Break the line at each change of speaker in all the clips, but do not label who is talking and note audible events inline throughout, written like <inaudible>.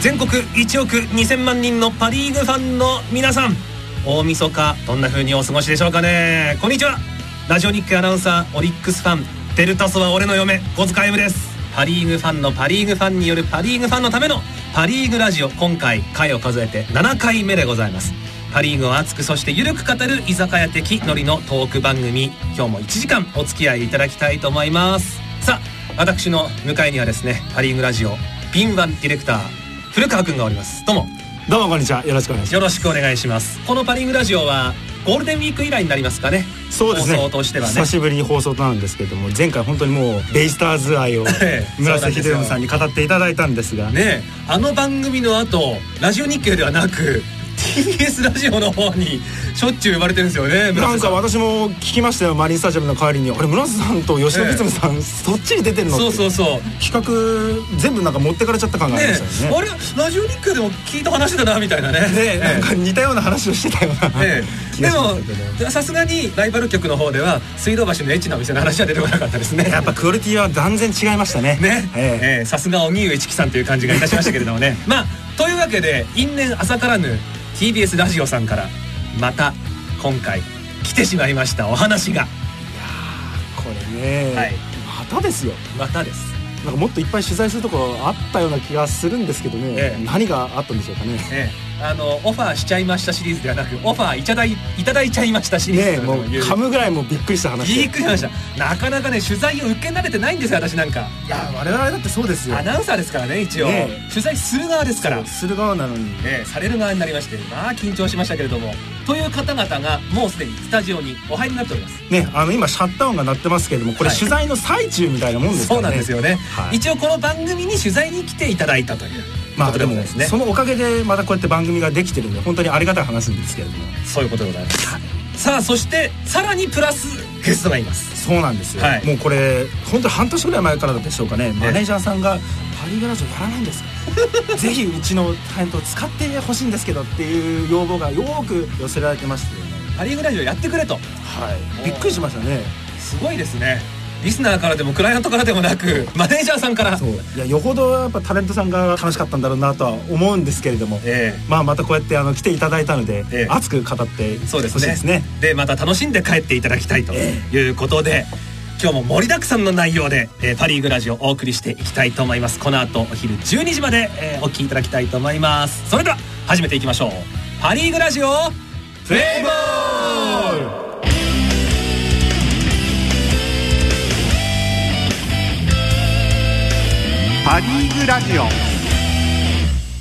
全国1億2000万人のパ・リーグファンの皆さん大晦日どんな風にお過ごしでしょうかねこんにちはラジオ日記アナウンサーオリックスファンデルタソは俺の嫁小塚 M ですパ・リーグファンのパ・リーグファンによるパ・リーグファンのためのパ・リーグラジオ今回回を数えて7回目でございますパ・リーグを熱くそして緩く語る居酒屋的ノリのトーク番組今日も1時間お付き合いいただきたいと思いますさあ私の向かいにはですねパ・リーグラジオ敏腕ディレクター古川くんがおりますどうも
どうもこんにちはよろしくお願いし
よろしくお願いしますこのパ・リーグラジオはゴールデンウィーク以来になりますかね
ますそうですね
放送としてはね
久しぶりに放送となるんですけれども前回本当にもうベイスターズ <laughs> 愛を
ええ
村瀬秀夫さんに語っていただいたんですが
ねえあの番組の後ラジオ日経ではなく TBS ラジオの方にしょっちゅう生まれてるんですよね
な
村瀬
ん
さ
か私も聞きましたよマリンスタジアムの代わりにあれ村瀬さんと吉野光さん、そっちに出てるの
そうそうそう
企画全部なんか持ってかれちゃった感がありま
ね
した
え
よ
あ
ね
れラジオ日経でも聞いた話だなみたいなね
ね
え
な
え
んか似たような話をしてたような、
ええ
気
で
がしましたけど
もさすがにライバル局の方では水道橋のエッチなお店の話は出てこなかったですね
やっぱクオリティは断然違いましたね
ね、
ええ
えーさすが荻上一樹さんという感じがいたしましたけれども
<laughs>
ねまあというわけで因縁朝からぬ TBS ラジオさんからまた今回来てしまいましたお話が
これね、
はい
またですよ
またです
なんかもっといっぱい取材するところあったような気がするんですけどね、
ええ
何があったんでしょうかね。
ええあのオファーしちゃいましたシリーズではなくオファーいただいいただいちゃいましたシリー
ねえ
ズと
もう
いう
噛むぐらいもうびっくりした話で
びっくりしましたなかなかね取材を受け慣れてないんですよ私なんか
いや我々だってそうですよ
アナウンサーですからね一応、
ねえ
取材する側ですから
する側なのに
えーされる側になりましてまあ緊張しましたけれどもという方々がもうすでにスタジオにお入りになっております
ねあの今シャッター音が鳴ってますけれどもこれ
はい
取材の最中みたいなもんですか
そう
らね、
なんですよね、
はい
一応この番組に取材に来ていただいたという
ま
こ
あ
と
で
でご
も
ざいますね、
そのおかげでまたこうやって番組ができてるんで本当にありがたい話なんですけれども
そういうことでございます、さあそしてさらにプラスゲストがいます
そうなんですよ、
はい
もうこれ本当に半年ぐらい前からでしょうかねマネージャーさんが「パリガラジオやらないんですか <laughs> ぜひうちのタレントを使ってほしいんですけど」っていう要望がよーく寄せられてましてね
パ・リーグラジオやってくれと
はいびっくりしましたね
すごいですねリスナーからでもクライアントからでもなくマネージャーさんから
そういやよほどやっぱタレントさんが楽しかったんだろうなとは思うんですけれども、
ええ
まあまたこうやってあの来ていただいたので、
ええ
熱く語って
そうです
ほしい
ね
ですね
でまた楽しんで帰っていただきたいと
え
いうことで、今日も盛りだくさんの内容で、えーパ・リーグラジオをお送りしていきたいと思いますこの後お昼12時まで、えーお聞きいただきたいと思いますそれでは始めていきましょうパ・リーグラジオプレイボール
パ・リーグラジオ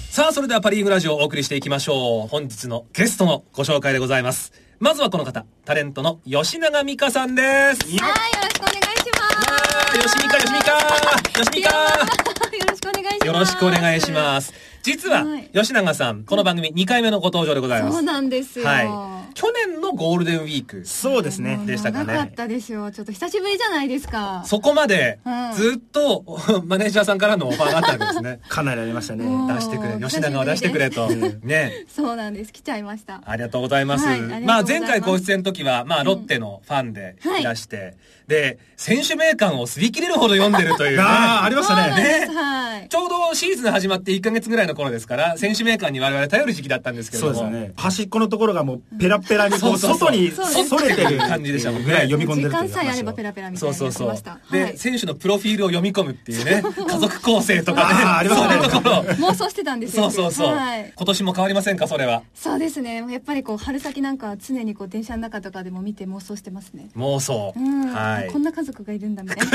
さあそれではパ・リーグラジオをお送りしていきましょう本日のゲストのご紹介でございますまずはこの方タレントの吉永美香さんです
いや
はい、よろしくお願いします。
吉美香吉美香吉美香
よろしくお願いします。
よろしくお願いし
す。
ます。実は
はい、
吉永さん、この番組2回目のご登場でございます。
そうなんですよ。
はい。去年のゴールデンウィーク、
そうですね。
もう
でしたかね
長かったでしょう。ちょっと久しぶりじゃないですか。
そこまで
うん
ずっと <laughs> マネージャーさんからのオファーがあったわけですね
かなりありましたね、
うん
出してくれ、吉永を出してくれ
<laughs>
と。ね。
そうなんです。来ちゃいました。
ありがとうございます。
はいありがとうございます
まあ前回ご出演の時は、まあロッテのファンでいらして、で、選手名鑑を擦り切れるほど読んでるという、
<laughs>
ね。
あーありました
そうなん
ね
です。はい。
ちょうどシーズン始まって1ヶ月ぐらいの頃ですから、選手名鑑に我々頼る時期だったんですけれ
そう
ど
で
も。
すよね端っこのところがもうペラペラにこ
うん
う
そうそ
外
うそう
に
そうです
それてる
感じでしたもんね
ぐらい読み込んで
時
るという
間さえあれば
話を
ペラペラみたい
そう
にな
そう
って
そう
ました。。
で、
はい
選手のプロフィールを読み込むっていうね、家族構成とかね、
あーあります
そう
ね
いうところ。
<laughs> 妄想してたんです
そ
よ。
うそうそう、
はい。
今年も変わりませんか、それは。
そうですね。やっぱりこう春先なんかは常にこう電車の中とかでも見て妄想してますね。
妄想。
うん。
はい。
こんな家族がいるんだみたい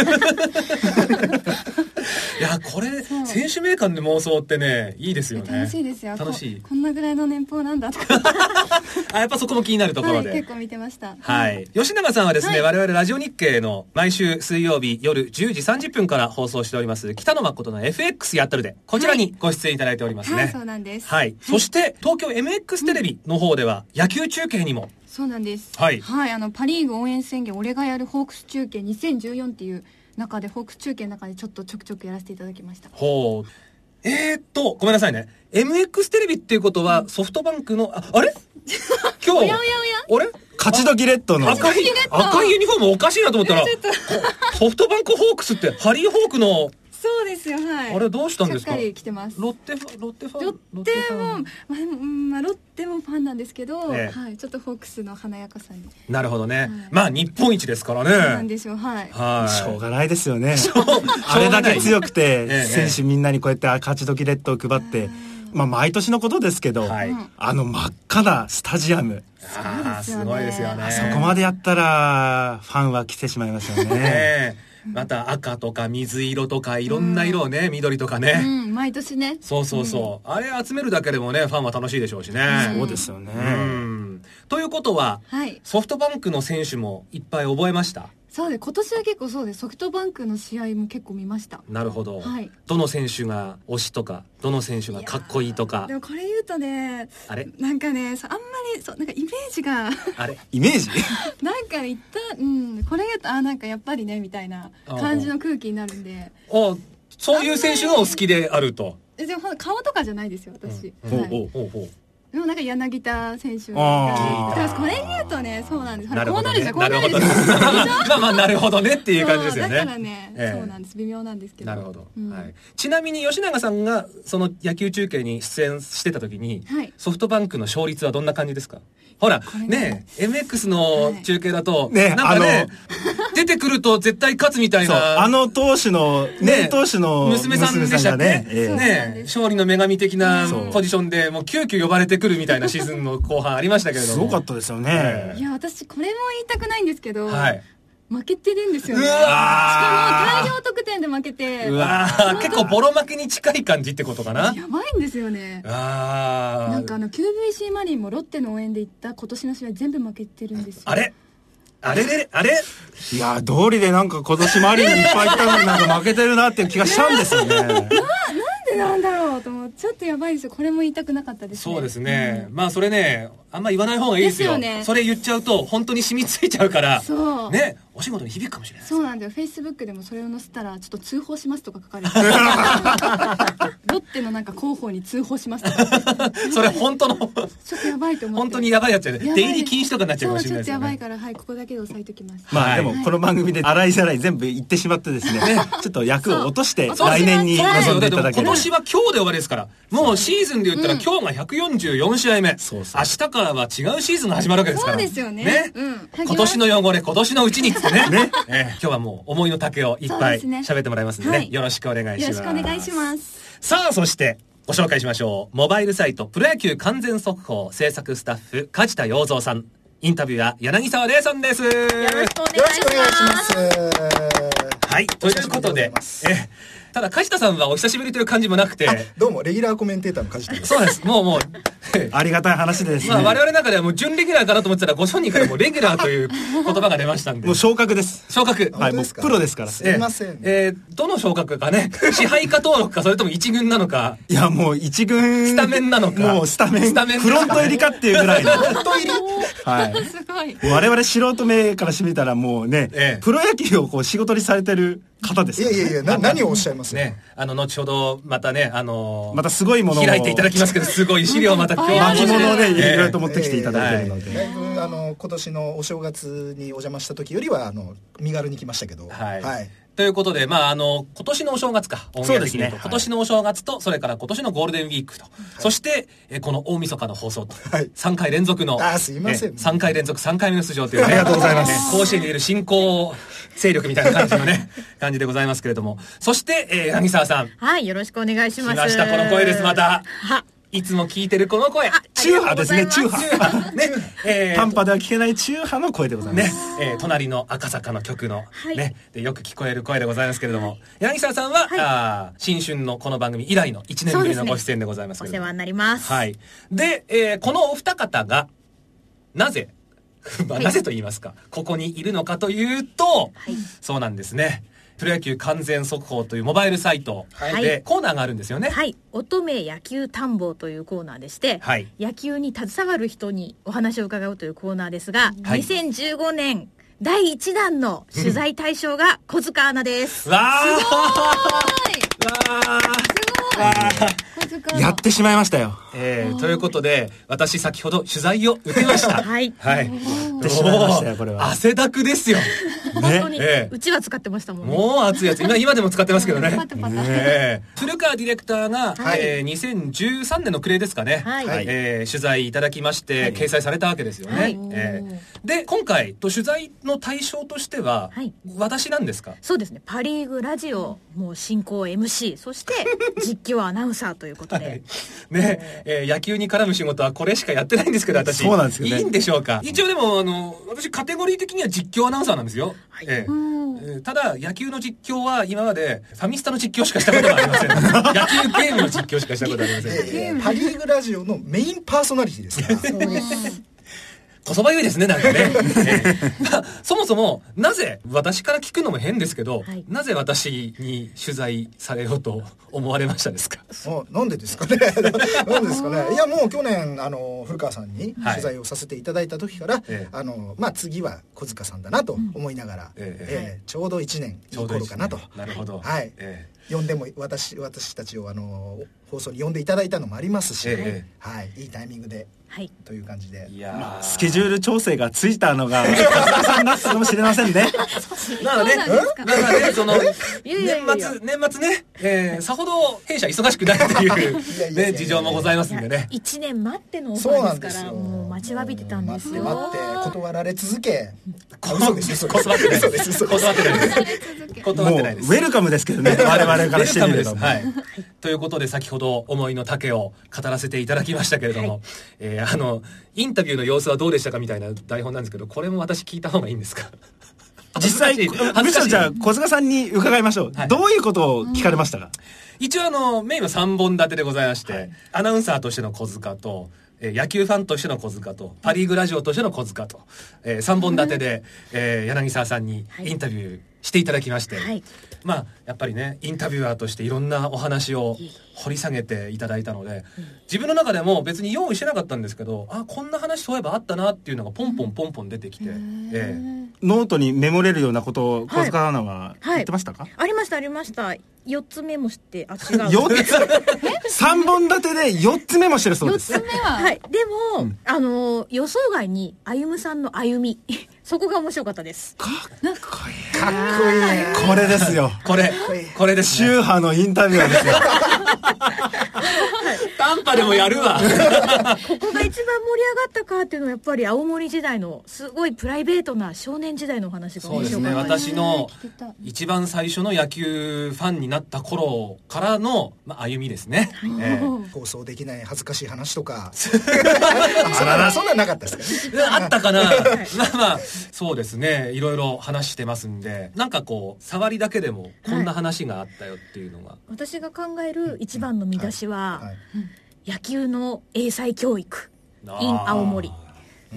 な。
いや、これ、
そう
選手名鑑で妄想ってね、いいですよね。
楽しいですよ
楽しい
こ。こんなぐらいの年俸なんだとか
あ、やっぱそこも気になるところで。
はい、結構見てました
はい。吉永さんはですね、
はい
我々ラジオ日経の毎週水曜日夜10時30分から放送しております、北野誠の FX やったるで、こちらにご出演いただいておりますね。
はいそうなんです
はい。そして、東京 MX テレビの方では、野球中継にも、
そうなんです
はい
あのパ・リーグ応援宣言俺がやるホークス中継2014っていう中でホークス中継の中でちょっとちょくちょくやらせていただきました
ほう。えー、っと、ごめんなさいね。MX テレビっていうことは、ソフトバンクの、あ、あ
<laughs>
れ今日、
おやおや
あれ
勝ち時レッドの
赤い
レッ、ド <laughs>
赤いユニフォームおかしいなと思ったら、ソフトバンクホークスって、ハリーホークの
そうですよはい
あれどうしたんですか
しっかり来てます
ロッテファンロッテファン
ロッテもまあでもうんまあロッテもファンなんですけど、
ええ
はいちょっとホークスの華やかさに、
なるほどね、
い
まあ日本一ですからね
そうなんですよはい
はい
し
<laughs>
ょうがないですよね
あ
あれだけ強
く
く
え
て
え
選手みんなにこうやって勝ち時レッドを配ってまあ毎年のことですけど
はい
あの真っ赤なスタジアム
ああすごいですよね
あ
あそこま
で
でやったらファンは来てしまいますよ
<laughs>
ね
ねまた赤とか水色とかいろんな色をね、緑とかね、
うん毎年ね
そうそうそう、あれ集めるだけでもねファンは楽しいでしょうしね
そうですよね
うんということは
はい
ソフトバンクの選手もいっぱい覚えました
そうで今年は結構そうですソフトバンクの試合も結構見ました
なるほど、
はい
どの選手が推しとかどの選手がかっこいいとか
でもこれ言うとね
あれ
なんかねそうあんまりそうなんかイメージが
あれ
イ
<laughs>
メージ
なんか言ったうんこれ言うとあなんかやっぱりねみたいな感じの空気になるんで
あそういう選手がお好きであると。
えでもほんと顔とかじゃないですよ私、
うん
はい、
おうおうおう
でもなんか柳田選手
あ
が
ー
だからこれ言うとねそうなんですほ
な
ら
る
こ
ほ
う
ど
なるじ
ね。
ゃんこうなるじゃん
ね。まあまあなるほどねっていう感じですよね。
そうだからね、
ええ
そうなんです微妙なんですけど
なるほど、
うん
はい。ちなみに吉永さんがその野球中継に出演してた時に、
はい
ソフトバンクの勝率はどんな感じですか。ほら
れ
ね
ね
え MX の中継だと、
いね
なんかね出てくると絶対勝つみたい
そう
な。
あの投手の
ね
ね投手の
娘さんでした
娘さ
っけ
んがね
そう
ええ
なん
ね
です
勝利の女神的な
そう
ポジションでもう急遽呼ばれてくるみたいなシーズンの後半ありましたけれど
す
も
ごかったですよ
え
い
ね
や私これも言いたくないんですけど、
はい
負けてるんですよね
う
し
わー
かも大量得点で負けて
うわ
あー結構ボロ負けに近い感じってことかな
やばいんですよね
あー
なんかあの QVC マリンもロッテの応援で行った今年の試合全部負けてるんですよ
あれあれれれあれ
いや道理でなんか今年マリンにいっぱい来たのになんか負けてるなっていう気がしたんですよ
<laughs>
ね
なんでなんだろうと思ってちょっとやばいですよこれも言いたくなかったですね
そうですね、まあそれねあんま言わない方がいいですよ
ですよね
それ言っちゃうと本当に染みついちゃうから
そう
ねお仕事に響くかもしれない
そうなんだよフェイスブックでもそれを載せたらちょっと通報しますとか書かれてロッテのなんか広報に通報しますとか
<laughs> それ本
<laughs>
当の
ちょっとやばいと思って
本当にやばいやつじゃない
やば
出入り禁止とかになっちゃうかもしれない
そう
です
ちょ
よ
っとやばい
ね
からはいここだけで押さえときます
ま
は
あ
い
でもこの番組で洗いざらい全部言ってしまってですねちょっと役を落として
そう
来年に
そう
そ
臨
う
んでい
で
た
すよだ
だ
って
け
今
れば
年は今日で終わりですからもうシーズンで言ったら
うん
今日が144試合目、
そうそう
明日からは違うシーズンが始まるわけですから
そうですよねうん
今年の汚れ今年のうちにっつってねえー今日はもう思いの丈をいっぱい
そうですね
喋ってもらいますんでね
はい
よろしくお願いしま
よろ
す
しくお願いします
さあそしてご紹介しましょうモバイルサイトプロ野球完全速報制作スタッフ梶田洋三さんインタビュアーは柳沢礼さんですよ
よろしくお願い
よろしくお願い
し
し
ま
ますす。
はいということで
お久しぶりでございます
えーただ梶田さんはお久しぶりという感じもなくて
<laughs> どうも、レギュラーコメンテーターの梶田
<laughs>
です。
そうです。も
<laughs>
うもう。
ありがたい話でですね
まあ我々の中ではもう準レギュラーかなと思ってたらご本人からもうレギュラーという言葉が出ましたんで
もう昇格です
昇格
はい
本当
もう
ですか
プロですから
すいません
えーえーどの昇格かね <laughs> 支配下登録かそれとも一軍なのか
いやもう一軍
スタメンなのか
もうスタメン
スタメンなのか
フロント入りかっていうぐらい
<laughs>
のフロント入りはい
すすごい
我々素人目からしてみたらもうね、
ええ
プロ野球をこう仕事にされてる方です
いやいやいや、な何をおっしゃいます
ねあの後ほどまたねあのー
またすごいものを
開いていただきますけどすごい資料をまた今日は
巻物をね
え
い
ー
ろいろと持ってきていただいてるので、
だいぶあの今年のお正月にお邪魔した時よりはあの身軽に来ましたけど、
はい、ということで、まあ、あの、今年のお正月か、オンエア
そうですね
きると
はい
今年のお正月と、それから今年のゴールデンウィークと、そして、えーこの大晦日の放送と、
い
3回連続の、
あーすいません
えー3回連続3回目の出場というね、
ありがとうございます
えー甲子園にいる新興勢力みたいな感じの
<laughs>
ね、感じでございますけれども、そして、えー、柳沢さん、
はい、よろしくお願いします。
来ましたこの声ですまた
は、
いつも聞いてるこの声、
チューハーですねチュー
ー。
ハー
ね、えー
短波では聞けないチューハーの声でございます、
ね、えー隣の赤坂の曲の、
はい
ね、でよく聞こえる声でございますけれども、柳沢さんは、あー新春のこの番組以来の1年ぶりのご出演でございます
お
けれど
世
も。
話になります。
はい。で、えーこのお二方が、なぜ、 <laughs> まあ、
はい
なぜと言いますか、ここにいるのかというと、
はい
そうなんですね。プロ野球完全速報というモバイルサイト
はい
でコーナーがあるんですよね。
はい、乙女野球探訪というコーナーでして、
はい
野球に携わる人にお話を伺うというコーナーですが、
はい
2015年第1弾の取材対象が小塚アナです。
わー
はい
わー
すごい小塚の
やってしまいましたよ
えーということで、私先ほど取材を受けました。
はい
はい。
ってしまいましたよ
おー
これは
汗だくですよ。
小箱に、
ねええ
うちは使ってましたもんね
もう熱いやつ今今でも使ってますけどね
パタパタ
ええ古川ディレクターが、
はい
えー2013年の暮れですかね、
はい、
はい
えー取材いただきまして、掲載されたわけですよね、
はい
えーで今回と取材の対象としては、
はい
私なんですか
そうですねパ・リーグラジオもう進行 MC そして実況アナウンサーということで、
はいねえー野球に絡む仕事はこれしかやってないんですけど私
そうなんですよね
いいんでしょうか一応でもあの私カテゴリー的には実況アナウンサーなんですよ、えええーただ野球の実況は今までファミスタの実況しかしたことがあり <laughs> ません野球ゲームの実況しかしたことありません
えーパ・リーグラジオのメインパーソナリティですから
こそばゆいですね、なんかね。ええまあそもそも、なぜ、私から聞くのも変ですけど、
はい
なぜ私に取材されようと思われましたですか
もうなんでですかね <laughs> なんでですかねいやもう去年あの古川さんに
はい
取材をさせていただいた時から、
ええ
あのまあ、次は小塚さんだなと思いながら、
ええ
ええちょうど1年いい頃かなと
ちょうど一年なるほど。
はい
え
呼んでも私私たちをあの放送に呼んでいただいたのもありますし、
ええ
はい、いいタイミングで
はい
という感じで
えいやー
スケジュール調整がついたのが、小塚さんだったかもしれませんね。
まあね、
そうなんです
まあまあね、その、年
いやいやいやいや
末、年末ね、えー、さほど弊社忙しくないって
や
いう、
いやいやい
ね、
や
事情もございますんでね。
1年待ってのオフ
そう
ァ
な
ー
ん
で
ですす
から
よ
もう待ちわびてたんですよ
もう待って待って断られ続
<laughs>
け
こ
嘘です嘘です
こそばってない
嘘です嘘です
こそばってないです。
も
断っ
う、ウ
てないです。
ェルカムですけ
<laughs>
どね、我々からしてみれば。
ウェルカムですはい。ということで、先ほど思いの丈を語らせていただきましたけれども、えーあの、インタビューの様子はどうでしたかみたいな台本なんですけど、これも私聞いた方がいいんですか
実際、
恥ずかしい
むしろじゃあ、小塚さんに伺いましょう
はい。
どういうことを聞かれましたか
一応あの、メインは3本立てでございまして、アナウンサーとしての小塚と、えー野球ファンとしての小塚と、パリーグラジオとしての小塚と、え3本立てで、えー柳沢さんに
はい
インタビューしていただきまして、
はい
まあ、やっぱりね、インタビュアーとしていろんなお話を掘り下げていただいたので、自分の中でも別に用意してなかったんですけど、あ、こんな話そういえばあったなっていうのがポンポンポンポン出てきて、えー
ノートにメモれるようなことを小塚アナは言ってましたか
ありましたありました4つメモしてあ違う
四つ三本立てで4つメモしてるそう
4
で
つ
す。
目は、
はいでも、あの予想外に歩さんの歩み <laughs> そこが面白かったです
かっこいい
これですよ。
これ、これです、ね。
宗派のインタビュアーですよ。
短波でもやる
<laughs>
わ。
ここが一番盛り上がったかっていうのはやっぱり青森時代のすごいプライベートな少年時代のお話が
そう
面
です
白
ね
かったです
私の
聞きたい
一番最初の野球ファンになった頃からの、まあ、歩みですね、ええ
<laughs>
放送できない恥ずかしい話と
<laughs>
かそんなそんなんなかったですかね
あったかなまあまあそうですねいろいろ話してますんでなんかこう触りだけでもこんな話があったよっていうのが、
私が考える一番の見出しは、
はい
野球の英才教育
あー
in 青森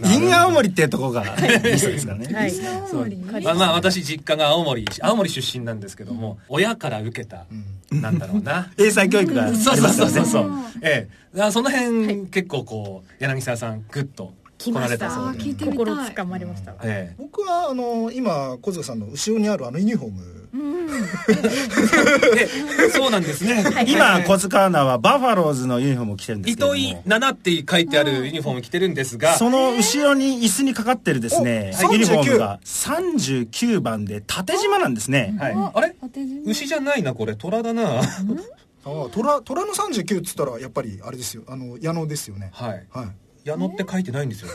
イン青森っていうところがミスですからね。
はい
青森に
まあまあ私実家が青森青森出身なんですけども、親から受けた、なんだろう <laughs> な
英才教育があります
そう
よ
そう
ね。
そうそうそう、ええ、だからその辺、結構こう柳沢さんグッと来られた
来
そ
ま
う
あ
で
聞いてみた
心
い
つかまれました、
ええ
僕はあの今小塚さんの後ろにあるあのユニフォーム
でそうなんですね、
今、小塚アナはバファローズのユニフォームを着てるんですけれど
糸
も。
井七って書いてあるユニフォーム着てるんですが、
その後ろに椅子にかかってるですね、
お
ユニフォームが39番で縦縞なんですね。
はいあれ
当て字も
牛じゃないなこれ虎だな
ああ虎虎の39っつったらやっぱりあれですよあの矢野ですよね
はい
はい
矢野って書いてない
<laughs>
んですよ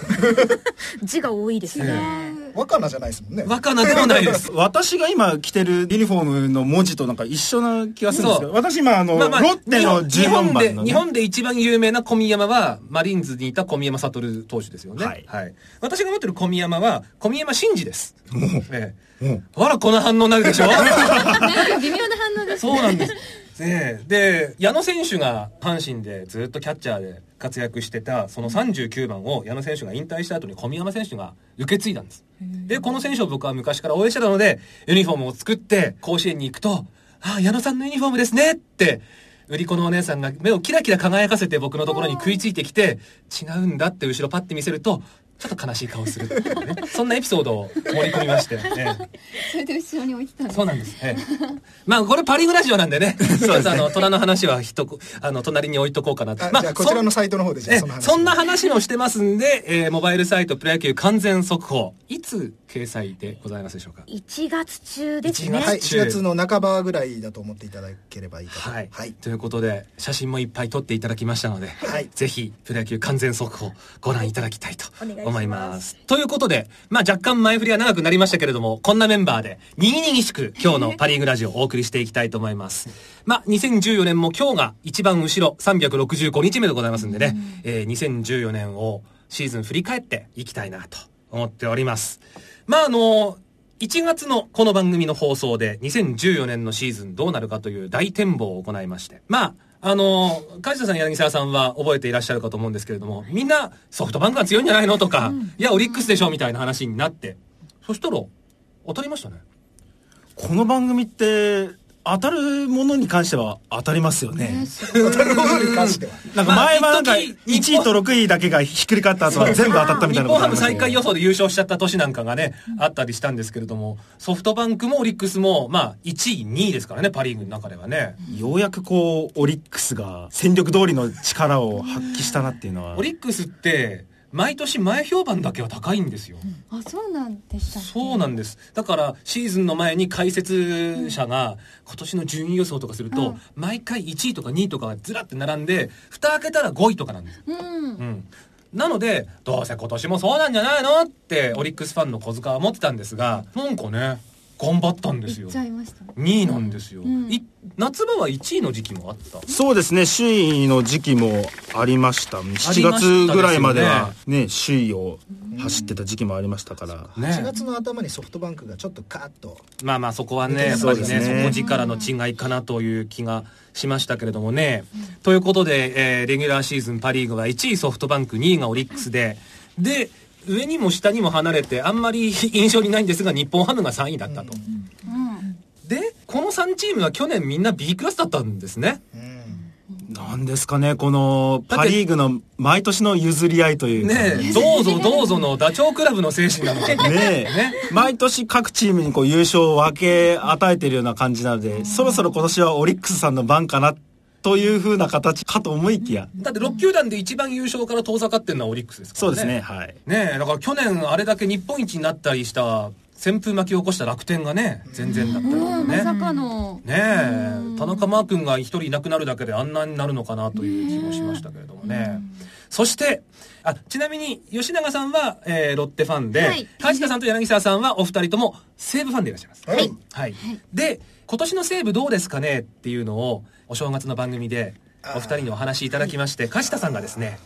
字が多いですね
若菜じゃないですもんね
若菜でもないです
私が今着てるユニフォームの文字となんか一緒な気がするんですけど、私今あの、
まあまあ
ロッテの
日
10
本
番
で
の、
日
ね、
本で一番有名な小宮山はマリーンズにいた小宮山悟投手ですよね
はい
私が持ってる小宮山は小宮山真二ですえ
う
え
ん
ほらこの反応になるでしょ <laughs>
なんか微妙な反応です
そうなんです。 <laughs> ねえで、矢野選手が阪神でずっとキャッチャーで活躍してた、その39番を矢野選手が引退した後に小宮山選手が受け継いだんです。で、この選手を僕は昔から応援してたので、ユニフォームを作って甲子園に行くと、ああ、矢野さんのユニフォームですねって、売り子のお姉さんが目をキラキラ輝かせて僕のところに食いついてきて、違うんだって後ろパッて見せると、ちょっと悲しい顔するっていうねそんなエピソードを盛り込みまして、ね、
それで後ろに置いてたんです
そうなんです、ええ <laughs> まあこれパ・リーグラジオなんでねちょっとあの虎の話はひとこあの隣に置いとこうかなと
<laughs> あ
ま
じゃあこちらのサイトの方でじゃあ
え
その話
そんな話もしてますんで、えーモバイルサイトプロ野球完全速報いつ掲載でございますでしょうか
1月中ですね
1
はい、
中
4月の半ばぐらいだと思っていただければいいかと。
はい、
はい。
ということで写真もいっぱい撮っていただきましたので、
はい
ぜひプロ野球完全速報ご覧いただきたいと
お願いします
思いますということで、まあ、若干前振りは長くなりましたけれどもこんなメンバーでにぎにぎしく今日のパ・リーグラジオをお送りしていきたいと思います、まあ、2014年も今日が一番後ろ365日目でございますんでね、えー2014年をシーズン振り返っていきたいなと思っておりますまああの1月のこの番組の放送で2014年のシーズンどうなるかという大展望を行いまして。まあ、あの、梶田さん、柳沢さんは覚えていらっしゃるかと思うんですけれども、みんなソフトバンクが強いんじゃないのとか、いや、オリックスでしょみたいな話になって、そしたら、当たりましたね。
この番組って当たるものに関しては当たりますよね
当たることに関しては。
なんか前はなんか
まあ
1
一時
位と6位だけがひっくり返った後は全部当たったみ
日
たいなこ
本
と
ハ
あり
ム
ました
最
けど
下位予想で優勝しちゃった年なんかがね、あったりしたんですけれども、ソフトバンクもオリックスも、まあ、1位、2位ですからね、パ・リーグの中ではね。
ようやくこうオリックスが戦力通りの力を発揮したなっていうのは
オリックスって、毎年前評判だけは高いんですよ。
あそうなんでしたっけ
そうなんですだからシーズンの前に解説者が今年の順位予想とかすると、
うん
毎回1位とか2位とかがずらって並んで蓋開けたら5位とかなんです、
うん
うん、なのでどうせ今年もそうなんじゃないのってオリックスファンの小塚は思ってたんですがなんかね頑張ったんです
行
よ
っちゃいました
2位なんですよ、
うん
い夏場は1位の時期もあった
そうですね首位の時期もありました7月ぐらいまではね首位を走ってた時期もありましたから
ね
4月の頭にソフトバンクがちょっとカーッと。
まあまあそこはねやっぱりね
そう
底
ですね
力の違いかなという気がしましたけれどもね。ということで、えーレギュラーシーズンパ・リーグは1位ソフトバンク2位がオリックスでで上にも下にも離れてあんまり印象にないんですが日本ハムが3位だったと。
うん
でこの3チームは去年みんな B クラスだったんですね。
うん。
なんですかねこの
だって
パ・リーグの毎年の譲り合いというか
ねえどうぞどうぞのダチョウ倶楽部の精神なのか
ねえ毎年各チームにこう優勝を分け与えてるような感じなのでそろそろ今年はオリックスさんの番かなというふうな形かと思いきや
だって6球団で一番優勝から遠ざかってるのはオリックスですから
そうですねはい
ねえだから去年あれだけ日本一になったりした旋風巻き起こした楽天がね全然だったりと
うんま
か
さ
ね。
かの
ねえ田中マー君が一人いなくなるだけであんなになるのかなという気もしましたけれどもね。そしてあちなみに吉永さんは、えーロッテファンで、
はい
梶田さんと柳沢さんはお二人とも西武ファンでいらっしゃいます。
はい。
はい、で今年の西武どうですかねっていうのをお正月の番組でお二人にお話しいただきまして梶田さんがですね、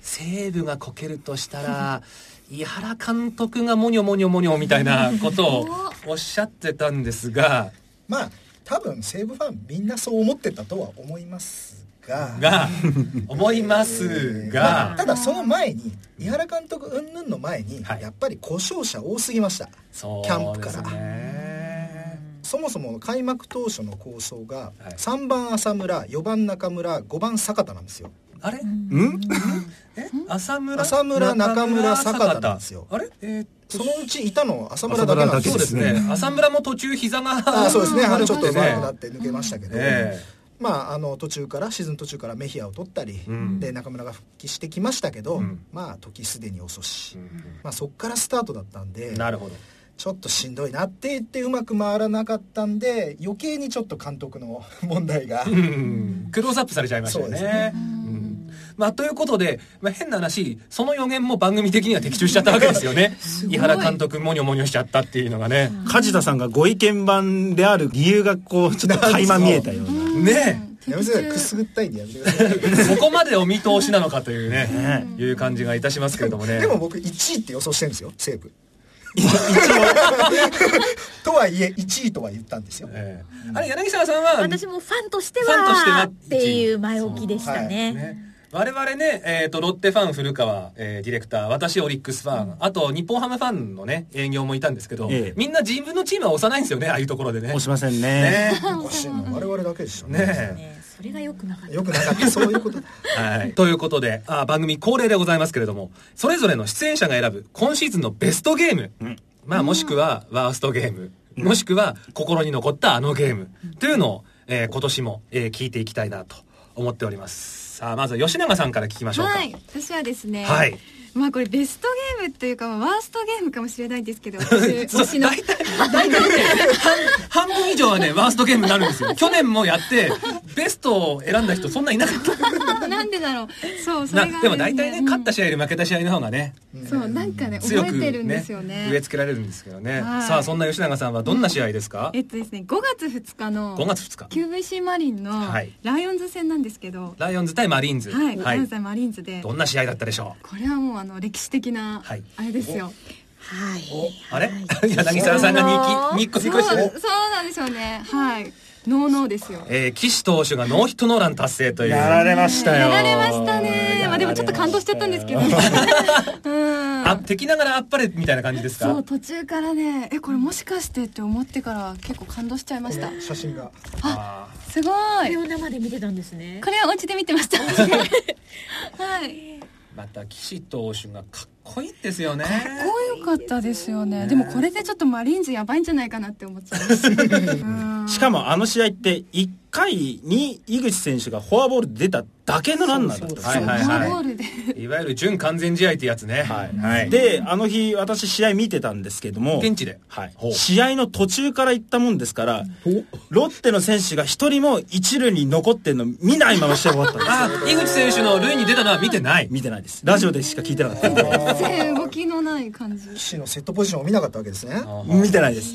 西武がこけるとしたら井原監督がもにょもにょもにょみたい
<laughs>
なことをおっしゃってたんですが
まあ、多分西武ファンみんなそう思ってたとは思いますが。
が思います
まあ
が
ただその前に井原監督云々の前に、
はい
やっぱり故障者多すぎました
そう
キャンプから、
ですね
そもそも開幕当初の構想が、
はい
3番浅村4番中村5番坂田なんですよ
あれ
ん
え浅村
浅村中村坂田なんですよ
あれえーっと
そのうちいたの浅村だけなんです
そう
よ
ですね浅村も途中膝が
あーそうですねあの
悪
ちょ
く
ってと
ね
悪くなって抜けましたけど、
え
まあ、あの途中からシーズン途中からメヒアを取ったり、
うん
で中村が復帰してきましたけど、
うん
まあ時すでに遅し、
え
まあ、そっからスタートだったんで
なるほど
ちょっとしんどいなって言ってうまく回らなかったんで余計にちょっと監督の問
<laughs>
題が
うんクローズアップされちゃいましたよね
そうです
うんまあ、ということで、まあ、変な話その予言も番組的には的中しちゃったわけですよ
<laughs>
ね井原監督もにょもにょしちゃったっていうのがね
梶田さんがご意見番である理由がこうちょっと垣間見えた
<laughs>
ような
ね
やめてくださいくすぐったいんでやめてくださ
そ
い
こまでお見通しなのかというね
ね
いう感じがいたしますけれどもね
でも僕1位って予想してるんですよ西武 <laughs> とはいえ1位とは言ったんですよ
ええあれ柳沢さんは
私もファンとして
ファンとしては
はっていう前置きでしたね。
ね我々ね、えー、とロッテファン古川、えーディレクター私オリックスファン、あと日本ハムファンのね営業もいたんですけど、
ええ
みんな自分のチームは押さないんですよねああいうところでね。
押しません
ね
ね
おかしいの我々だけでしたね
ねえ
ねそれが良くなかった
よくなかったそういうことだ
はい、ということであー番組恒例でございますけれどもそれぞれの出演者が選ぶ今シーズンのベストゲーム、
ん
まあ、もしくはワーストゲーム、もしくは心に残ったあのゲームというのを、えー今年も、えー聞いていきたいなと思っておりますさあまずは吉永さんから聞きましょうか、
はい、私はですね、
はい
まあこれベストゲームというかまあワーストゲームかもしれないんです
<laughs>
けど私
そう
私の
大体大体ね半半分以上はねワーストゲームになるんです
<laughs>
よ去年もやってベストを選んだ人そんないなかった
なんでだろうそうそれが
なでも大体ね、
うん
勝った試合より負けた試合の方がね
そうなんかね
強
覚
く、
え
ね
てるんですよね
植え付けられるんですけどね、
はい
さあそんな吉永さんはどんな試合ですか、
えっとですね5月2日の
5月2日
QVC マリンの
はい
ライオンズ戦なんですけど、
ライオンズ対マリーンズ
はい、ライオンズ対マリーンズで
どんな試合だったでしょ
これはもうあの歴史的な
はい
あれですよ、
はい。
うあれ <laughs> 柳沢さんが
あのー
ニッコニ
そ
ッ
う
コして
そう
る
なんですよねはいノーノーですよ
えー、岸投手がノーヒットノーラン達成という
やられましたよ
やられましたねまあでもちょっと感動しちゃったんですけどうん
あ敵ながらあっぱれみたいな感じですか
そう途中からねえこれもしかしてって思ってから結構感動しちゃいました
写真が
あ
すご
これ
い
を生で見てたんですね
こ。れはお家で見てましたはい
ーまた岸投手がかっこいいんですよね
かっこよかったですよねでもこれでちょっとマリーンズやばいんじゃないかなって思っちゃいました
しかもあの試合って1回に井口選手がフォアボール出ただけのランナーだったんですよ
はい
フォ
はい
アボールで
<laughs> いわゆる準完全試合ってやつね
はいであの日私試合見てたんですけども
現地で
はい
ほう
試合の途中から行ったもんですからロッテの選手が一人も一塁に残ってんの見ないまま試合終わったんですよ
あ井口選手の塁に出たのは見てない
見てないですラジオでしか聞いてなかった
<laughs>
んで
全然動きのない感じ
騎士のセットポジションを見なかったわけですね
見てないです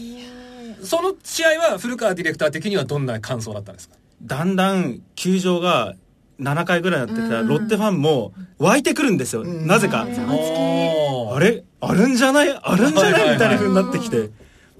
その試合は古川ディレクター的にはどんな感想だったんですか
だんだん球場が7回ぐらいになってたらロッテファンも湧いてくるんですよ
ん
なぜか
ざわつき
あれあるんじゃないあるんじゃ
はいはい
な
は
いいみたいな風になってきて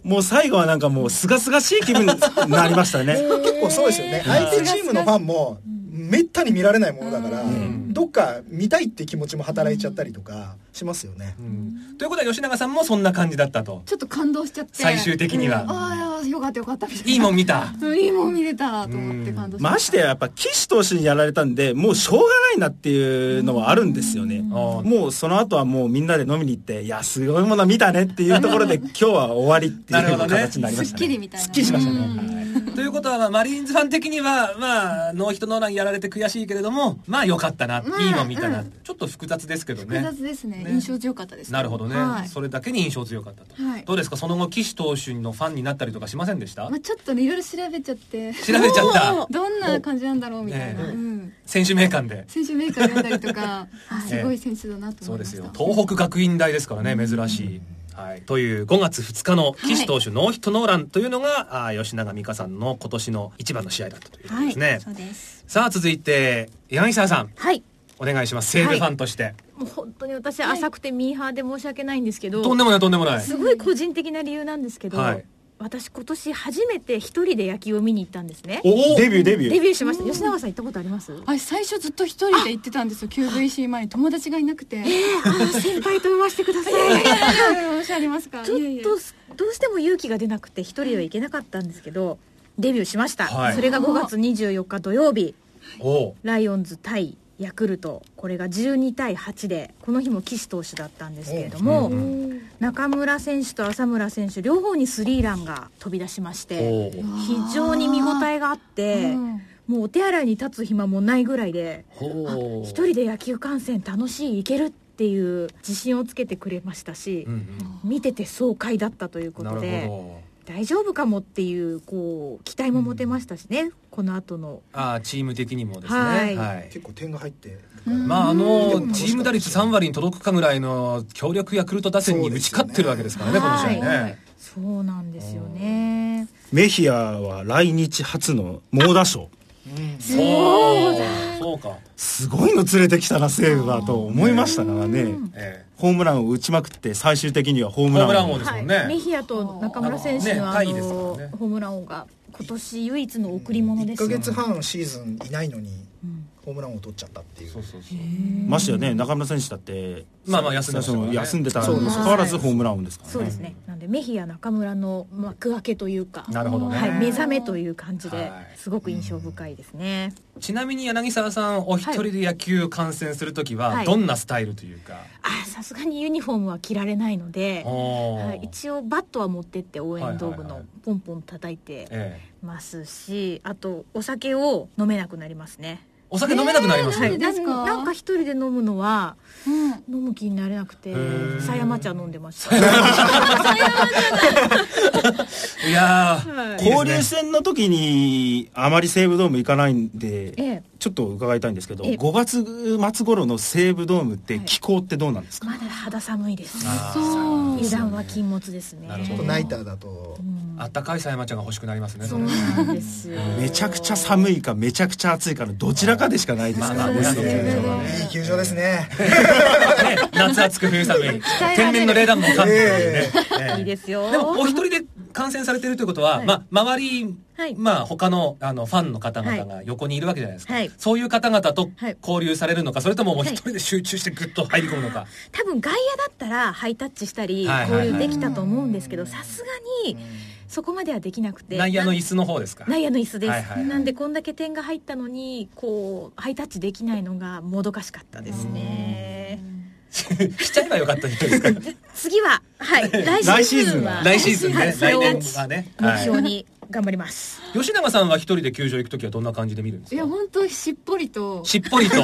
もう最後はなんかもうすがすがしい気分になりましたね
結構そうですよね相手チームのファンもめったに見られないものだから
ん
どっか見たいって気持ちも働いちゃったりとかしますよね
うんということは吉永さんもそんな感じだったと
ちょっと感動しちゃって
最終的には
ああよかったよかったみたいない
いもん見た
うんいいもん見れたらと思って感動し
ましてややっぱ岸投手にやられたんでもうしょうがないなっていうのはあるんですよね
あ
もうその後はもうみんなで飲みに行っていやすごいもの見たねっていうところで今日は終わりって
なる
い
ほ
う
どね
形になりましたね
すっきりみたいな
すっきりしましたねはい
ということはまあマリーンズファン的にはまあノーヒットノーランやられて悔しいけれどもまあ良かったな、
うん
いいもん見たな、
うん
ちょっと複雑ですけど
複
ね
雑ですね
ね
印象強かったです
なるほどね、
はい
それだけに印象強かったと、
はい
どうですかその後岸投手のファンになったりとかしませんでした、
まあちょっとねいろいろ調べち
<laughs>
ゃって
調べちゃった
どんな感じなんだろうみたいな、
ねえ
うん、
選手名鑑で
選手メーカー読んだり
<laughs>
とかあすご
ええ
い選手だなと
そう
思
で
いました
すよ東北学院大ですからね珍しい。はい、という5月2日の岸投手ノーヒットノーランというのが、あー吉永美香さんの今年の一番の試合だったということですね、
そうです。
さあ続いて柳沢さん
はい。
お願いします西武ファンとして、
もう本当に私浅くてミーハーで申し訳ないんですけど、
とんでもないとんでもない
すごい個人的な理由なんですけど、
はい
私今年初めて一人で野球を見に行ったんですね。
おお
デビューデビュー
デビューしました。吉永さん行ったことあります？
あ最初ずっと一人で行ってたんですよ QVC 前に友達がいなくてい
えー、あー先輩と言わせてください。
やい <laughs> やおっしゃりますか
ちょっ
いやいや
とどうしても勇気が出なくて一人では行けなかったんですけど、デビューしました。
はい
それが5月24日土曜日。
おお
ライオンズ対ヤクルトこれが12対8でこの日も岸投手だったんですけれども、中村選手と浅村選手両方にスリーランが飛び出しまして
お
非常に見応えがあって、
うん
もうお手洗いに立つ暇もないぐらいで
お
一人で野球観戦楽しいいけるっていう自信をつけてくれましたし、
うん
見てて爽快だったという
う
こ
んなる
とで
ほど
大丈夫かもっていうこう期待も持てましたしね、この後の
あーチーム的にもですね
はい
結構点が入ってる
う
から
ん
まああ
う
の
ん
チーム打率3割に届くかぐらいの強力ヤクルト打線に打ち勝ってるわけですからねこの試合ね、
はいそうなんですよね。
メヒアは来日初の猛打賞
そうそうか、
すごいの連れてきたな西武はと思いましたからね
え
ホームランを打ちまくって最終的にはホーム
ホームラ
ラン
ン
を
王ですもんね、
はい、メヒアと中村選手の
あの
あ
ねタイですから
の、
ね
ホームラン王が今年唯一の贈り物で
1
す
ヶ
よ、
月半シーズンいないのに
うん
ホホームランを取っちゃったっていう
そうそうそうましてやね中村選手だって
まあまあ休んでましたからね
休んでた
そう
に
で
も
す
かかわらずホームラン王ですからね
そうですねなんでメヒア中村の幕開けというか
なるほどね
はい、目覚めという感じで
はい
すごく印象深いですね、
ちなみに柳沢さんお一人で野球を観戦するとき
は
はいどんなスタイルというか、
あさすがにユニフォームは着られないので、
おー
はい、一応バットは持ってって応援道具
はいはいは
の
い
ポンポン叩いて
え
ますしあとお酒を飲めなくなりますね
え、お酒飲めなくなります、
えー
はい、
ですか
なんなんか一人で飲むのは
うん
飲む気になれなくて
ー
狭山茶飲んでました
<laughs> いやー、いいで
はい
すね
交流戦の時にあまり西武ドーム行かないんで、
ええ
ちょっと伺いたいんですけど
ええ
5月末頃の西武ドームって
はい
気候ってどうなんですか、
まだ肌寒いです
あー
そう
油断は禁物ですね
なる
ち
ほ
ょっと
ど
ナイターだと
うん
あったかい狭山ちゃんが欲しくなりますね。
そうなんですよ
めちゃくちゃ寒いかめちゃくちゃ暑いかのどちらかでしかないですからね
まあ
西武ドームはね
いい球場ですね
ね夏暑く冬寒
<laughs>
い
られる
天然の冷暖も完備
え
いいですよ
でもお一人で観戦されてるということは、
はい
まあ周り、
はい
まあ他のあのファンの方々が横にいるわけじゃないですか、
はい
そういう方々と
はい
交流されるのか、それとももう
は
一
い
人で集中してグッと入り込むのか、
多分外野だったらハイタッチしたり
はいはいはい
交流できたと思うんですけどさすがにそこまではできなくて
内野の椅子の方ですか。 <laughs>
内野の椅子です、
はいはいはい
なんでこんだけ点が入ったのにこうハイタッチできないのがもどかしかったですね
しちゃえばよかったじゃないですか。
次は
<laughs>
はい
来
<laughs> 来
シ
シ
ー
ー
ズ
ズ
ン
ン
は
は
来シーズン
は
ね
い、それ
来
を
年はね。
目標
い。
に頑張ります、
吉永さんは一人で球場行くときはどんな感じで見るんです
いや
か。
本当しっぽりとし
しっぽ
<laughs>
りと、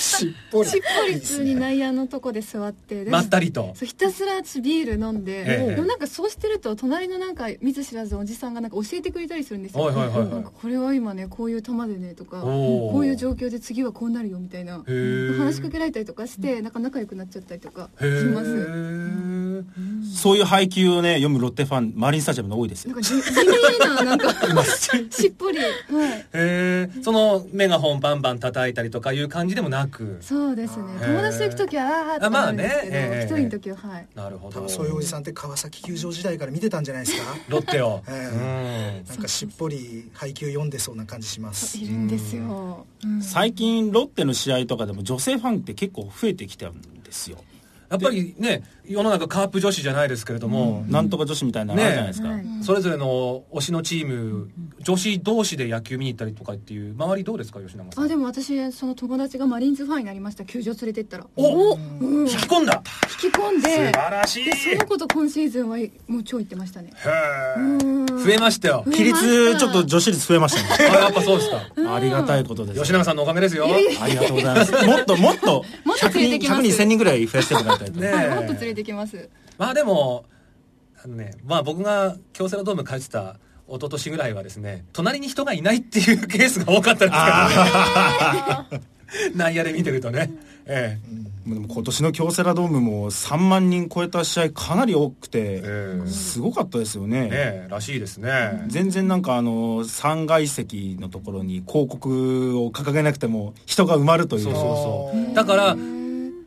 しっぽり
っぽり普通に内野のとこで座ってで
まったり
<laughs>
と。
そうひたすら私ビール飲んで、
ええ
でもなんかそうしてると隣のなんか見ず知らずのおじさんがなんか教えてくれたりするんですよ、
はいはいはいはい
なんかこれは今ねこういう球でねとか
おー
こういう状況で次はこうなるよみたいな
へー
話しかけられたりとかしてなんか仲良くなっちゃったりとかします
へー
そういう配球をね読むロッテファンマリンスタジアムの多いです
なん
よ
かじ地味な
<laughs>
なんかしっぽりはい
へえそのメガホンバンバン叩いたりとかいう感じでもなく
そうですね
へー
友達と行く時はあーあーってなるんですけ
あ
ど
まあねええ
一人の時ははい
なるほ
多
ど
分そういうおじさんって川崎球場時代から見てたんじゃないですか
ロッテ
<laughs>
を、
え
うん
なんかしっぽり配球読んでそうな感じします
いるんですよ、うん
最近ロッテの試合とかでも女性ファンって結構増えてきてるんですよ
やっぱりね世の中カープ女子じゃないですけれども、
なんとか女子みたいなのあるじゃないですか、
はい
それぞれの推しのチーム女子同士で野球見に行ったりとかっていう周りどうですか吉永さん
あでも私その友達がマリーンズファンになりました球場連れてったら
お
うん
引き込んだ
引き込ん
素
で
晴らしい
でその子と今シーズンはもう超行ってましたね
へ
うん
え増えましたよ
比率ちょっと女子率増えました
あ
ね
やっぱそうですか
ありがたいことです
吉永さんのおかげですよね
ありがとうございます。もっともっと
もっと連れ
100
てき
人
ます
100人1000人ぐらい増やしてもらいたいと。
はいもっと連れてきます
まあでもあのねまあ僕が京セラドーム帰ってた一昨年ぐらいはですね隣に人がいないっていうケースが多かったですけど、ね、 <laughs> 内野で見てるとね、ええ
でも今年の京セラドームも3万人超えた試合かなり多くて、
ええ
すごかったですよね。
ねえらしいですね
全然なんかあの3階席のところに広告を掲げなくても人が埋まるという
そうそうそう
あー
だから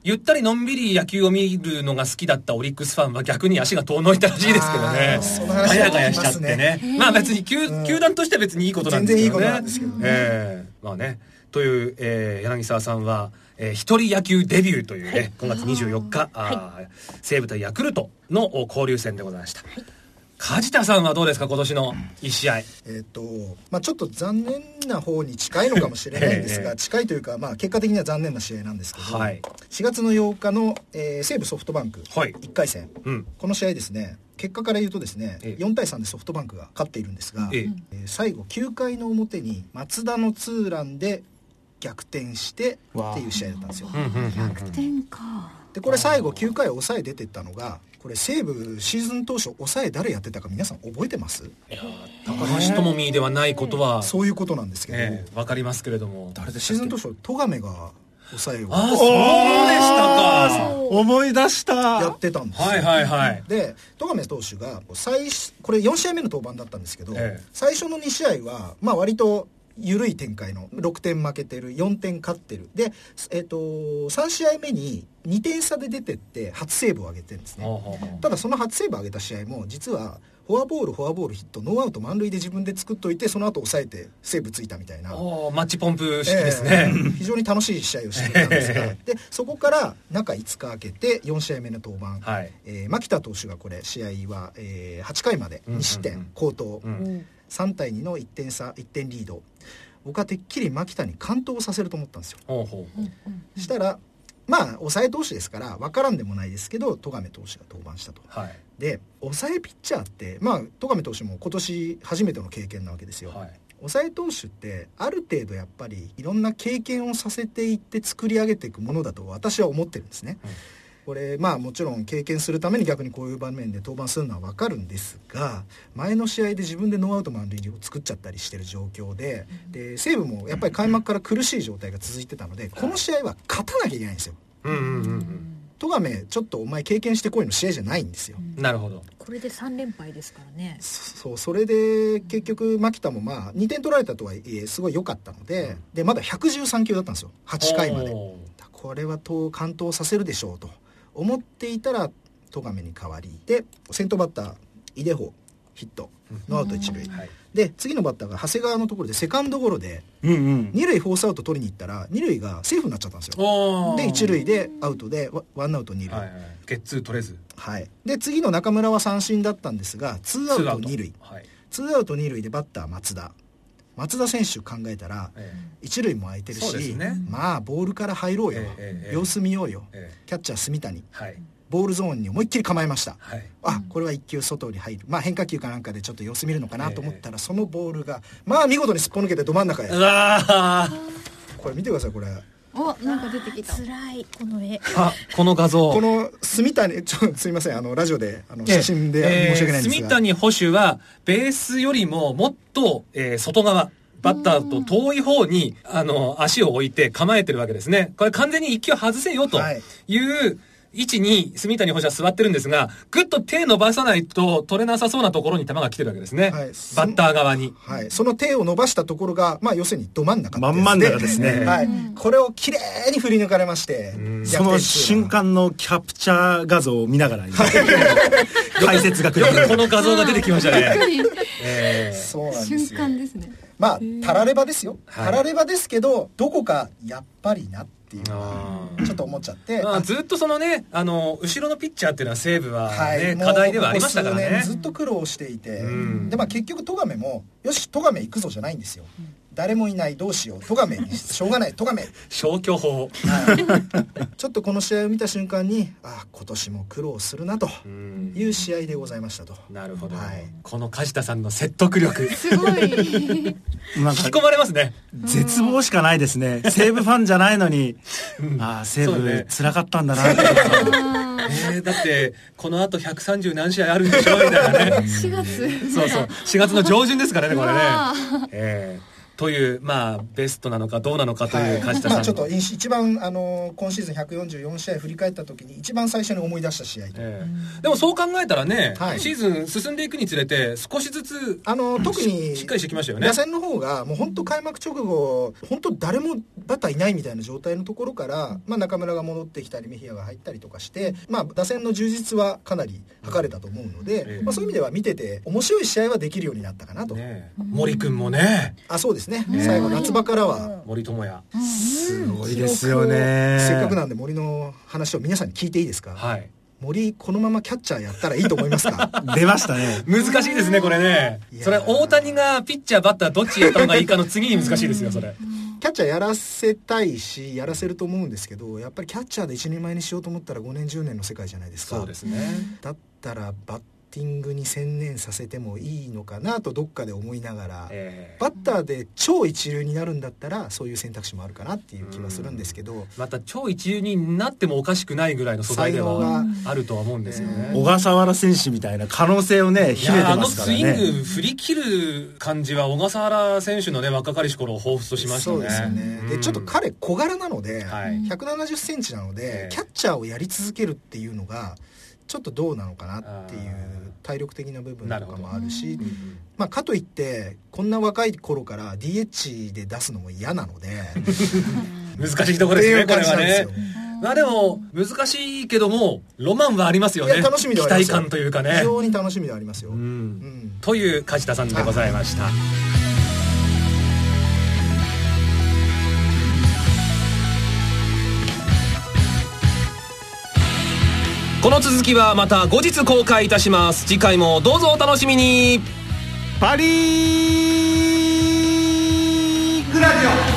ゆったりのんびり野球を見るのが好きだったオリックスファンは逆に足が遠のいたらしいですけどね
あーその
ガ
話
ヤガヤしちゃってねまあ別に球
うん
球団としては別にいいことなんですけど
全然いいこと
ね
なんですけどね
ええまあねという、えー柳沢さんは、えー一人野球デビューというね、5月24日あー、西武対ヤクルトのお交流戦でございました、梶田さんはどうですか今年の1試合、
えっとまあ、ちょっと残念な方に近いのかもしれないんです
え
が、
え
近いというか、まあ、結果的には残念な試合なんですけど、
はい
4月の8日の、えー西武ソフトバンク
はい
1回戦、
うん
この試合ですね結果から言うとですね
ええ
4対3でソフトバンクが勝っているんですが、
ええ
えー最後9回の表に松田のツーランで逆転して
わあ
っていう試合だったんですよ。
うんうんうんうん
逆転か
でこれ最後9回抑え出てったのがこれ西武シーズン当初抑え誰やってたか皆さん覚えてます
高橋智美ではないことは、
そういうことなんですけど、
ええわかりますけれども
誰でし
シ
た
ー
っ
ズ
け
ン当初戸亀が抑えを
ああそうでしたか
思い出した
やってたんですよ
はいはいはい
で戸亀投手が最初これ4試合目の登板だったんですけど、
ええ
最初の2試合は、まあ、割と緩い展開の6点負けてる4点勝ってるで、えっと3試合目に2点差で出てって初セーブを挙げてるんですね
ほうほうほう
ただその初セーブを挙げた試合も実はフォアボールフォアボールヒットノーアウト満塁で自分で作っといてその後抑えてセーブついたみたいな
おーマッチポンプ式ですね、
ええ非常に楽しい試合をしていたんで
<laughs>
すがでそこから中5日空けて4試合目の登板、
はい
えー牧田投手がこれ試合は、えー8回まで
うんうんうん
2失点、好投、
うん
3対2の1点差1点リード僕はてっきり牧田に完投させると思ったんですよ
ほうほうほう
したらまあ抑え投手ですから分からんでもないですけど戸上投手が登板したと
はい
で抑えピッチャーってまあ戸上投手も今年初めての経験なわけですよ、
はい
抑え投手ってある程度やっぱりいろんな経験をさせていって作り上げていくものだと私は思ってるんですね、
うん
これまあもちろん経験するために逆にこういう場面で登板するのは分かるんですが前の試合で自分でノーアウト満塁を作っちゃったりしてる状況でで西武もやっぱり開幕から苦しい状態が続いてたのでこの試合は勝たなきゃいけないんですよ
うんうんうん
戸上ちょっとお前経験してこいの試合じゃないんですよ、
うんなるほど
これで3連敗ですからね
そうそれで結局牧田もまあ2点取られたとはいえすごい良かったので,、
うん
でまだ113球だったんですよ8回まで
おー
これは投完投させるでしょうと思っていたら戸上に代わりで先頭バッター井出穂ヒット
うん
ノーアウト一塁、
はい
で次のバッターが長谷川のところでセカンドゴロで
うんうん
二塁フォースアウト取りに行ったら二塁がセーフになっちゃったんですよ
おー
で一塁でアウトでワワンアウト二塁、
はいはいゲッツー取れず
はい、で次の中村は三振だったんですがツーアウ
ツーア
ト
ウト
二塁
はい
ツーアウト二塁でバッター松田松田選手考えたら
え
一塁も空いてる
そうです
し、
ね
まあボールから入ろうよ、
ええええ
様子見ようよ、
ええ
キャッチャー住谷
えはい
ボールゾーンに思いっきり構えました
はい
あこれは1球外に入る、まあ、変化球かなんかでちょっと様子見るのかなと思ったら、そのボールがまあ見事にすっぽ抜けてど真ん中へ
うわあ
これ見てくださいこれ
おなんか出てきた
辛いこの絵
あこの画像
この住谷ちょすいませんあのラジオであの写真で
ええ
申し訳ないんです
住
が、
谷捕手はベースよりももっと、えー外側バッターと遠い方にあの足を置いて構えてるわけですねこれ完全に一球外せよと
はい
いう位置に住谷捕手は座ってるんですがぐっと手伸ばさないと取れなさそうなところに球が来てるわけですね、
はい
バッター側に
はい、その手を伸ばしたところが、まあ、要するにど真ん中ってやつ
真ん中ですね
はい、これをきれいに振り抜かれまして
その瞬間のキャプチャー画像を見ながら今解説が来る
よくこの画像が出てきました
びっく
ね、
り
えー
そうなんで
瞬
すよ
間ですね
まあたらればですよ
はい
たらればですけどどこかやっぱりなっていうのは
あー
ちょっと思っちゃって
まあ、ずっとそのねあの後ろのピッチャーっていうのは西武は、ね
もう
課題ではありましたから
ここ
ね
数年ずっと苦労していて、
うん
でまあ、結局戸亀も「よし戸亀行くぞ」じゃないんですよ、誰もいないどうしよう戸亀にしょうがない戸亀、はい
消去法
ちょっとこの試合を見た瞬間にああ今年も苦労するなという試合でございましたと、
なるほど、
はい
この梶田さんの説得力 <laughs> 引
すご
<laughs>
い
なん
き
か
込まれますね
絶望しかないですね西武ファンじゃないのにああ西
そう
武
ね
つらかったんだなって
あ
えーだってこのあと130何試合あるんでしょみたいなね
ー4月
そうそう4月の上旬ですからねこれ
うわ
ね、えーというまあベストなのかどうなのかと
はい
いう梶田
まあ、ち
さ
ょ
ん
っ
の、
と一一番、あのー今シーズン144試合振り返った時に一番最初に思い出した試合と、
えーでもそう考えたらね、
はい
シーズン進んでいくにつれて少しずつ
あのー特に
しっかりしてきましたよね
打線の方がもう本当開幕直後本当誰もバッターいないみたいな状態のところから、まあ、中村が戻ってきたりメヒアが入ったりとかして、まあ、打線の充実はかなり図れたと思うので、
ええ
まあ、そういう意味では見てて面白い試合はできるようになったかなと、
ね森君もね
あそうですね、
え
最後夏場からは、
森友哉
すごいですよね
せっかくなんで森の話を皆さんに聞いていいですか、
はい
森このままキャッチャーやったらいいと思いますか
<laughs>
出ましたね
難しいですねこれね
いやー
それ大谷がピッチャーバッターどっちやった方がいいかの次に難しいですよそれ
キャッチャーやらせたいしやらせると思うんですけどやっぱりキャッチャーで一人前にしようと思ったら5年10年の世界じゃないですか
そうですね
だったらバッティングに専念させてもいいのかなとどっかで思いながら、
えー
バッターで超一流になるんだったらそういう選択肢もあるかなっていう気はするんですけど
また超一流になってもおかしくないぐらいの素材で
才能
は
が
あるとは思うんですよね
小笠原選手みたいな可能性をね秘
い
めて
やーあ
ま
の
すか
ス
ら
イン
ね
グ振り切る感じは小笠原選手のね若かりし頃を彷彿としましたね
そうですよね、
う
で
ん
ちょっと彼小柄なので、
はい
1 7 0センチなので、
ええ
キャッチャーをやり続けるっていうのがちょっとどうなのかなっていう体力的な部分とかもあるしまあ、かといってこんな若い頃から DH で出すのも嫌なので
<laughs> 難しいところですね
って
これ
いう感じ
は
なんです
ね
よ
まあでも、難しいけども、ロマンはありますよね。
いや楽しみで
期
はあり
待
ますよ
感というかね
非。常に楽しみではありますよ、
う
うん
ん。という梶田さんでございました。この続きはまた後日公開いたします。次回もどうぞお楽しみに
パリーグラディオ